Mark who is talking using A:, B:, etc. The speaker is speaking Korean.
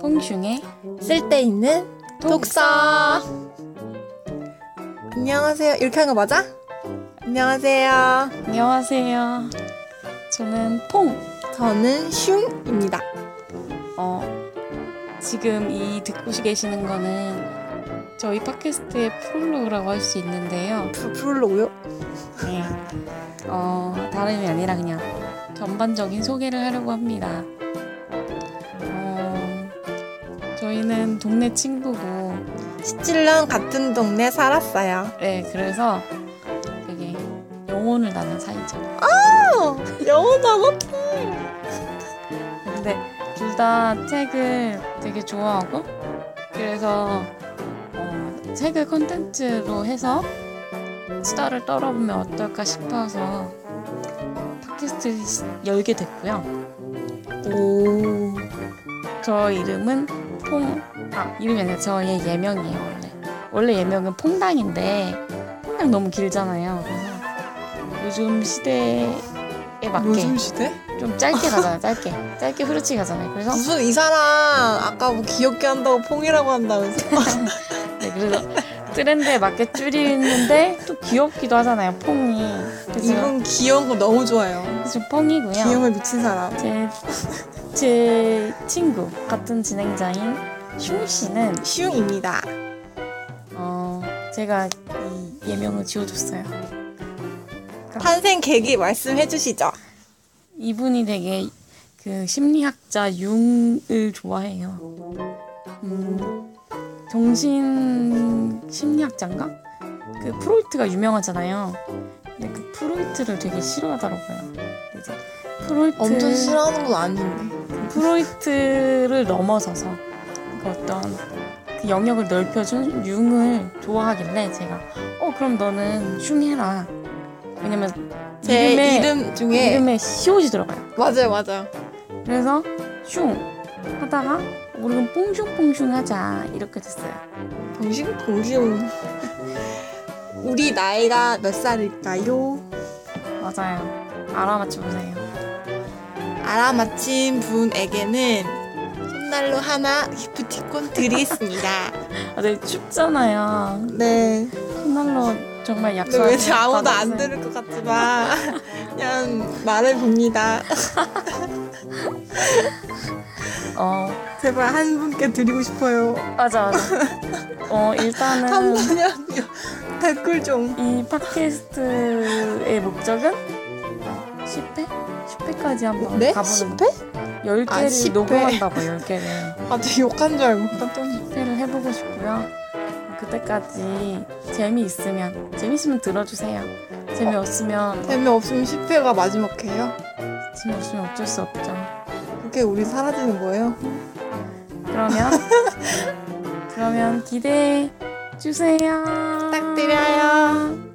A: 퐁슝의
B: 쓸데있는 독서. 안녕하세요. 이렇게 한 거 맞아? 안녕하세요.
A: 안녕하세요. 저는 퐁.
B: 저는 슝입니다.
A: 어, 지금 이 듣고 계시는 거는 저희 팟캐스트의 프롤로그라고 할 수 있는데요.
B: 부- 부르려고요?
A: 네. 어, 다름이 아니라 그냥 전반적인 소개를 하려고 합니다. 어, 저희는 동네 친구고
B: 시칠랑 같은 동네 살았어요.
A: 네, 그래서 되게 영혼을 나눈 사이죠.
B: 어, 영원하고?
A: 근데 둘 다 책을 되게 좋아하고 그래서 어, 책을 컨텐츠로 해서 수다를 떨어보면 어떨까 싶어서 팟캐스트 열게 됐고요.
B: 오.
A: 저 이름은 퐁, 아 이름이 아니라 저의 예명이에요 원래. 원래 예명은 퐁당인데 퐁당 너무 길잖아요. 그래서 요즘 시대에 맞게
B: 요즘 시대?
A: 좀 짧게 가잖아요. 짧게 짧게 후르치 가잖아요. 그래서
B: 무슨 이 사람 아까 뭐 귀엽게 한다고 퐁이라고 한다면서?
A: 네, 그래서 트렌드에 맞게 줄이는데 또 귀엽기도 하잖아요. 퐁이 그래서
B: 이분 귀여운 거 너무 좋아해요.
A: 저 퐁이고요.
B: 귀여움에 미친 사람.
A: 제 제 친구 같은 진행자인 슝 씨는
B: 슝입니다.
A: 어 제가 이 예명을 지어줬어요.
B: 탄생 계기 말씀해 주시죠.
A: 이분이 되게 그 심리학자 융을 좋아해요. 음, 정신 심리학자인가? 그 프로이트가 유명하잖아요. 근데 그 프로이트를 되게 싫어하더라고요. 이제 프로이트
B: 엄청 싫어하는 건 아닌데.
A: 프로이트를 넘어서서 그 어떤 그 영역을 넓혀준 융을 좋아하길래 제가 어 그럼 너는 슝해라. 왜냐면
B: 제
A: 이름에-
B: 이름 중에
A: 이름에 시옷이 들어가요.
B: 맞아요, 맞아요.
A: 그래서 슝 하다가 우리는 뽕슝뽕슝 하자 이렇게 됐어요.
B: 공식 공기용. 우리 나이가 몇 살일까요?
A: 맞아요. 알아맞혀 보세요.
B: 알아맞힌 분에게는 손난로 하나 기프티콘 드리겠습니다.
A: 아, 네 춥잖아요.
B: 네.
A: 손날로 정말 약속.
B: 근데 왠지 아무도 안 들을 것 같지만 그냥 말을 봅니다.
A: 어
B: 제발 한 분께 드리고 싶어요.
A: 맞아 맞아. 어
B: 한
A: 일단은
B: 분이 아니요. 댓글 좀.
A: 이 팟캐스트의 목적은 어, 10회 10회까지 한번
B: 네?
A: 가보는
B: 10회?
A: 10개를
B: 아, 10회.
A: 녹음한다고 10개를.
B: 아, 되게 욕한 줄 알고 깜짝
A: 회를 해보고 싶고요. 그때까지 재미 있으면 재미있으면 들어주세요. 재미 없으면
B: 재미없으면 10회가 마지막 회예요?
A: 재미 없으면 어쩔 수 없죠.
B: 그렇게 우리 사라지는 거예요?
A: 그러면 그러면 기대해 주세요.
B: 부탁드려요.